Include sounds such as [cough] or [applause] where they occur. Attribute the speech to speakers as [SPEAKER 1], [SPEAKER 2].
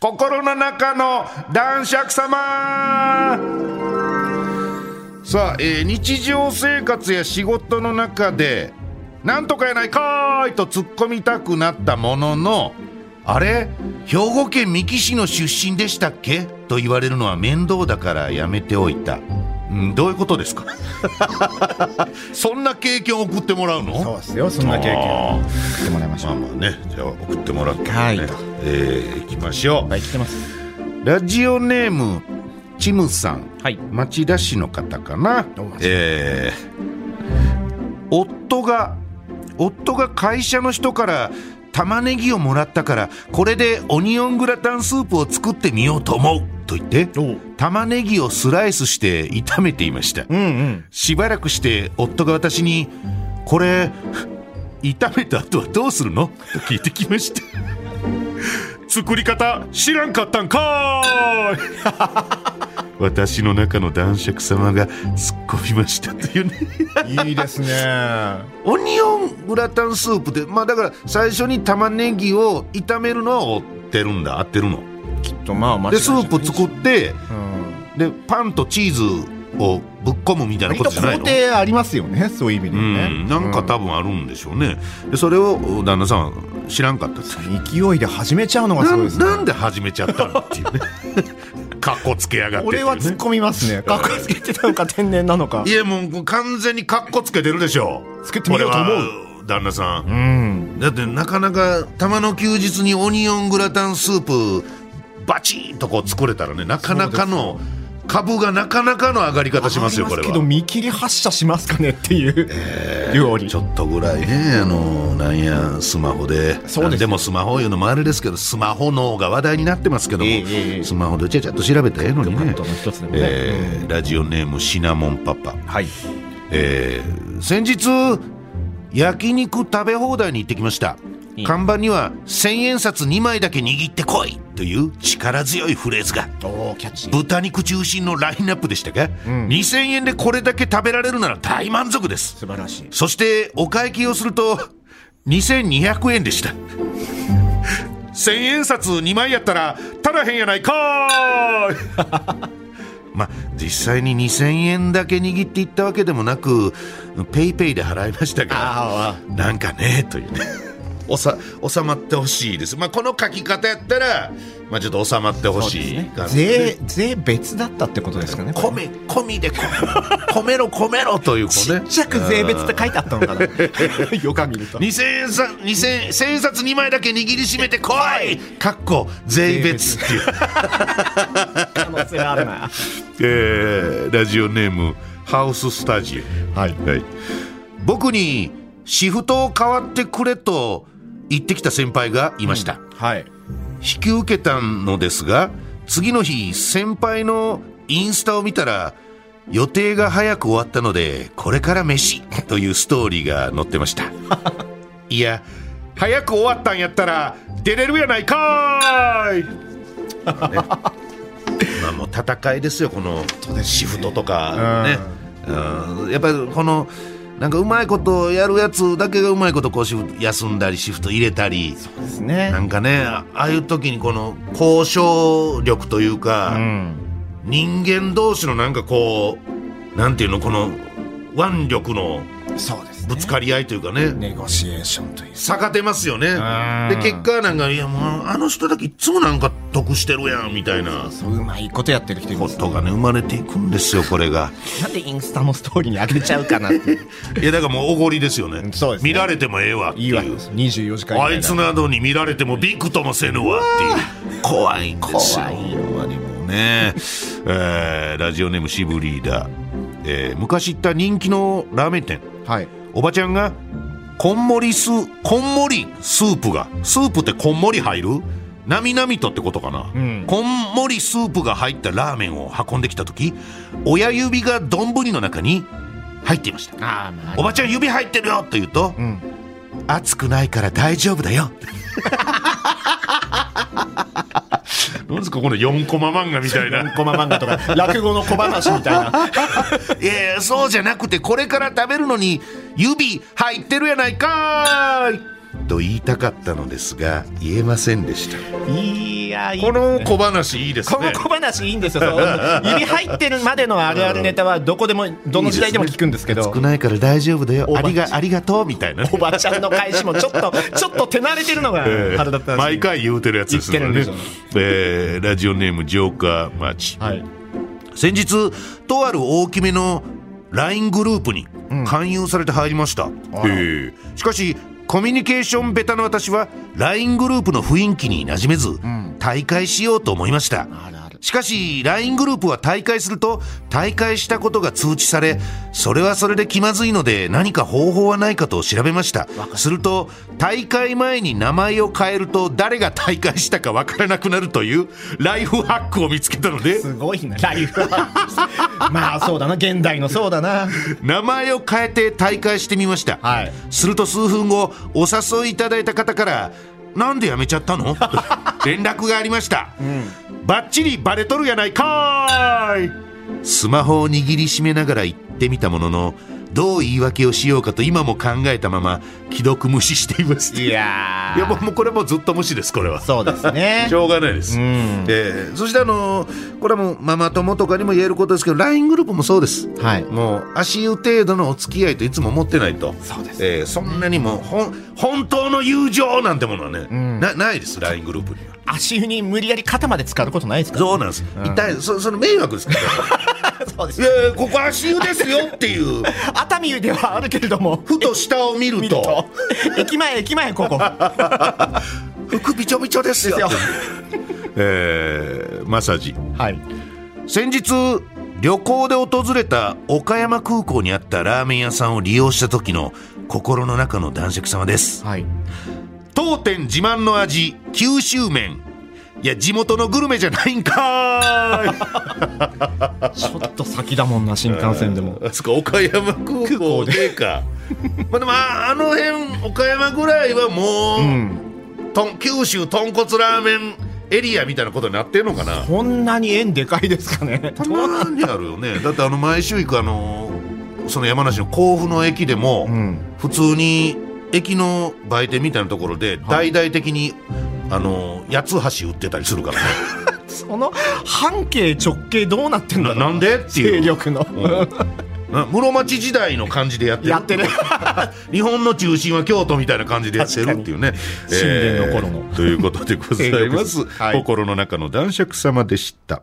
[SPEAKER 1] 心の中の男爵様さあ、えー日常生活や仕事の中でなんとかやないかーいと突っ込みたくなったもののあれ兵庫県三木市の出身でしたっけと言われるのは面倒だからやめておいた、うん、どういうことですか [laughs] そんな経験を送ってもらうの
[SPEAKER 2] そうですよ、そんな経験。
[SPEAKER 1] あー
[SPEAKER 2] してもらいまし
[SPEAKER 1] まあ
[SPEAKER 2] ょう。
[SPEAKER 1] まあねじゃあ送ってもらって、ね
[SPEAKER 2] はい
[SPEAKER 1] えー、行きましょう、
[SPEAKER 2] はい、来てます。
[SPEAKER 1] ラジオネームチムさん
[SPEAKER 2] はい。
[SPEAKER 1] 町田市の方かな
[SPEAKER 2] どうも、
[SPEAKER 1] えー夫が夫が会社の人から玉ねぎをもらったからこれでオニオングラタンスープを作ってみようと思うと言って
[SPEAKER 2] おう
[SPEAKER 1] 玉ねぎをスライスして炒めていました
[SPEAKER 2] うんうん。
[SPEAKER 1] しばらくして夫が私に「これ炒めた後はどうするの?」と聞いてきました作り方知らんかったんかーい [laughs] 私の中の男爵様が突っ込みましたというね
[SPEAKER 2] いいですね。
[SPEAKER 1] オニオングラタンスープでまあだから最初に玉ねぎを炒めるのは合ってるんだ合ってるの
[SPEAKER 2] きっとまあ、間違
[SPEAKER 1] で
[SPEAKER 2] い
[SPEAKER 1] ス
[SPEAKER 2] ない
[SPEAKER 1] ープ作って
[SPEAKER 2] うん。
[SPEAKER 1] でパンとチーズをぶっ込むみたいな
[SPEAKER 2] 割
[SPEAKER 1] こととじゃない
[SPEAKER 2] 工
[SPEAKER 1] の
[SPEAKER 2] 程ありますよね、そういう意味で
[SPEAKER 1] う
[SPEAKER 2] ね。
[SPEAKER 1] ん、なんか多分あるんでしょうね、でそれを旦那さんは知らんかったって
[SPEAKER 2] うん勢いで始めちゃうのがす
[SPEAKER 1] な
[SPEAKER 2] ごい
[SPEAKER 1] ん
[SPEAKER 2] ですね。
[SPEAKER 1] なんで始めちゃったのっていうね [laughs] かっこつけやがってってい
[SPEAKER 2] 俺
[SPEAKER 1] うね
[SPEAKER 2] は突っ込みますね。かっこつけてたのか天然なのか
[SPEAKER 1] い。やもう完全にかっこつけてるでしょ
[SPEAKER 2] つけてみようと思う
[SPEAKER 1] これは旦那さん
[SPEAKER 2] うん。
[SPEAKER 1] だってなかなかたまの休日にオニオングラタンスープバチンとこう作れたらねなかなかの株がなかなかの上がり方しますよこれ
[SPEAKER 2] ありまけど
[SPEAKER 1] は。
[SPEAKER 2] 見切り発車しますかねっていう、料理
[SPEAKER 1] ちょっとぐらいね、あのなんや、スマホで、
[SPEAKER 2] そうです
[SPEAKER 1] なんでもスマホいうのもあれですけど、スマホ脳が話題になってますけども、
[SPEAKER 2] ええええ
[SPEAKER 1] スマホでちゃちゃっと調べたらええのにね、
[SPEAKER 2] 一つで
[SPEAKER 1] えーラジオネーム、シナモンパパ、
[SPEAKER 2] はい
[SPEAKER 1] えー先日、焼肉食べ放題に行ってきました。
[SPEAKER 2] いい
[SPEAKER 1] 看板には千円札2枚だけ握ってこいという力強いフレーズが
[SPEAKER 2] おおキャッチ
[SPEAKER 1] 豚肉中心のラインナップでしたが、
[SPEAKER 2] ん
[SPEAKER 1] 2000円でこれだけ食べられるなら大満足です
[SPEAKER 2] 素晴らしい
[SPEAKER 1] そしてお会計をすると2200円でした1000円札2枚やったらたらへんやないかーい [laughs] まあ実際に2000円だけ握っていったわけでもなくペイペイで払いましたが
[SPEAKER 2] あ
[SPEAKER 1] なんかねというね [laughs] おさ収まってほしいですまあこの書き方やったらまあちょっと収まってほしい
[SPEAKER 2] あ
[SPEAKER 1] 感じで
[SPEAKER 2] 税税別だったってことですかねこれ
[SPEAKER 1] 米込みで米ろ米ろというこう
[SPEAKER 2] ち
[SPEAKER 1] ね
[SPEAKER 2] っちゃく税別って書いてあったのかなよか見ると
[SPEAKER 1] 二千円さ二千千円札二枚だけ握りしめてこい。かっこ税別っていう。
[SPEAKER 2] 可能性あるな
[SPEAKER 1] えーラジオネームハウススタジ
[SPEAKER 2] はい
[SPEAKER 1] オ。はい。僕にシフトを変わってくれと言ってきた先輩がいました。
[SPEAKER 2] はい
[SPEAKER 1] 引き受けたのですが次の日先輩のインスタを見たら予定が早く終わったのでこれから飯というストーリーが載ってました [laughs] いや早く終わったんやったら出れるやないか [laughs] ーい、ねまあもう戦いですよこのシフトとかねうんやっぱりこのなんかうまいことやるやつだけがうまいことこうシフト休んだりシフト入れたり
[SPEAKER 2] ですね
[SPEAKER 1] なんかねあああいう時にこの交渉力というか、
[SPEAKER 2] うん
[SPEAKER 1] 人間同士のなんかこうなんていうのこの腕力の
[SPEAKER 2] そうです
[SPEAKER 1] ぶつかり合いというかね
[SPEAKER 2] ネゴシエーションという
[SPEAKER 1] 差が出ますよね
[SPEAKER 2] ん
[SPEAKER 1] で結果なんかいやもうあの人だけいつもなんか得してるやんみたいな
[SPEAKER 2] そううまいことやってる人いま
[SPEAKER 1] こ
[SPEAKER 2] す
[SPEAKER 1] とがね生まれていくんですよこれが
[SPEAKER 2] なんでインスタのストーリーに上げちゃうかなっていう
[SPEAKER 1] いやだからもうおごりですよね
[SPEAKER 2] そうですね
[SPEAKER 1] 見られてもええわって
[SPEAKER 2] いい
[SPEAKER 1] いう
[SPEAKER 2] わけです24時間以内
[SPEAKER 1] あいつなどに見られてもビクともせぬわっていう怖いんですよ
[SPEAKER 2] 怖い
[SPEAKER 1] ほんまにもうね、えーラジオネームシブリーダー、えー昔行った人気のラーメン店
[SPEAKER 2] はい
[SPEAKER 1] おばちゃんがこんもりスこんもりスープがスープってこんもり入るなみなみとってことかな、
[SPEAKER 2] ん
[SPEAKER 1] こんもりスープが入ったラーメンを運んできた時親指が丼の中に入っていました
[SPEAKER 2] ああま
[SPEAKER 1] おばちゃん指入ってるよと言うと、
[SPEAKER 2] ん
[SPEAKER 1] 熱くないから大丈夫だよ。 [laughs] なんですかこの4コマ漫画みたいな。
[SPEAKER 2] コマ漫画
[SPEAKER 1] [laughs]
[SPEAKER 2] とか落語の小話みたいな
[SPEAKER 1] いやいやそうじゃなくてこれから食べるのに指入ってるやないかーい。と言いたかったのですが言えませんでした
[SPEAKER 2] いやいい
[SPEAKER 1] この
[SPEAKER 2] ですね
[SPEAKER 1] 小話いいです
[SPEAKER 2] この
[SPEAKER 1] ね
[SPEAKER 2] 小話いいんですよ。そう指入ってるまでのあるあるネタはどこでもどの時代でも聞くんですけど
[SPEAKER 1] 少。ないから大丈夫だよ
[SPEAKER 2] おば
[SPEAKER 1] あ
[SPEAKER 2] あちゃん
[SPEAKER 1] りがありがとうみたいなね
[SPEAKER 2] おばちゃんの返しもちょっとちょっと手慣れてるのが
[SPEAKER 1] えー
[SPEAKER 2] 腹立ったんです
[SPEAKER 1] 毎
[SPEAKER 2] よ
[SPEAKER 1] 回言うてるやつですからね
[SPEAKER 2] 言ってるんで
[SPEAKER 1] えーラジオネームジョーカーマーチ
[SPEAKER 2] はい。
[SPEAKER 1] 先日とある大きめの LINE グループに勧誘されて入りました、えーしかしコミュニケーションベタの私は LINE グループの雰囲気に馴染めず、退会しようと思いましたしかし LINE グループは退会すると退会したことが通知されそれはそれで気まずいので何か方法はないかと調べましたすると大会前に名前を変えると誰が退会したかわからなくなるというライフハックを見つけたのです
[SPEAKER 2] ごいなライフは [laughs] まあそうだな現代のそうだな
[SPEAKER 1] 名前を変えて大会してみました、
[SPEAKER 2] はい
[SPEAKER 1] すると数分後お誘いいただいた方から「なんで辞めちゃった [laughs] の?」と連絡がありました、バッチリバレとるやないかーいスマホを握りしめながら言ってみたもののどう言い訳をしようかと今も考えたまま既読無視しています
[SPEAKER 2] いや
[SPEAKER 1] いやもうもうこれはもうずっと無視ですこれは
[SPEAKER 2] そうですね
[SPEAKER 1] しょうがないです、
[SPEAKER 2] ん
[SPEAKER 1] えーそしてあのーこれはもうママ友とかにも言えることですけど LINE グループもそうです
[SPEAKER 2] はい
[SPEAKER 1] もう足湯程度のお付き合いといつも思ってないと
[SPEAKER 2] そうです
[SPEAKER 1] えーそんなにもうほん本当の友情なんてものはね、
[SPEAKER 2] ん
[SPEAKER 1] なないです LINE グループには
[SPEAKER 2] 足湯に無理やり肩まで使うことないですか
[SPEAKER 1] そうなんです、痛いそその迷惑ですから
[SPEAKER 2] [laughs] そうです
[SPEAKER 1] いやいやここ足湯ですよって
[SPEAKER 2] [laughs]
[SPEAKER 1] いう
[SPEAKER 2] 熱海ではあるけれども
[SPEAKER 1] ふと下を見る
[SPEAKER 2] 見る
[SPEAKER 1] と
[SPEAKER 2] と駅前駅前 [laughs] ここ
[SPEAKER 1] 服びちょびちょですよ
[SPEAKER 2] ですよ
[SPEAKER 1] えーマッサージ
[SPEAKER 2] はい
[SPEAKER 1] 先日旅行で訪れた岡山空港にあったラーメン屋さんを利用した時の心の中の男爵様です
[SPEAKER 2] はい
[SPEAKER 1] 当店自慢の味九州麺いや地元のグルメじゃないんか
[SPEAKER 2] ちょっと先だもんな新幹線でも
[SPEAKER 1] ーい [laughs] あそこ岡山空港でか [laughs] まあでもああの辺岡山ぐらいはもう、
[SPEAKER 2] うん
[SPEAKER 1] とん九州豚骨ラーメンエリアみたいなことになってんのかな
[SPEAKER 2] こんなに円でかいですかね
[SPEAKER 1] たまにあるよ [laughs] ねだってあの毎週行くあのその山梨の甲府の駅でも、
[SPEAKER 2] うん
[SPEAKER 1] 普通に駅の売店みたいなところで大々的に、あの八つ橋売ってたりするからね
[SPEAKER 2] その半径直径どうなってんだ
[SPEAKER 1] な
[SPEAKER 2] ろう
[SPEAKER 1] なんでって
[SPEAKER 2] 勢
[SPEAKER 1] いう、
[SPEAKER 2] 力の
[SPEAKER 1] うんな室町時代の感じでやってる
[SPEAKER 2] やってる
[SPEAKER 1] [laughs] 日本の中心は京都みたいな感じでやってるっていうね
[SPEAKER 2] 確かに
[SPEAKER 1] えー
[SPEAKER 2] 神殿の頃の [laughs]
[SPEAKER 1] ということでございます、
[SPEAKER 2] 勢力図はい
[SPEAKER 1] 心の中の男爵様でした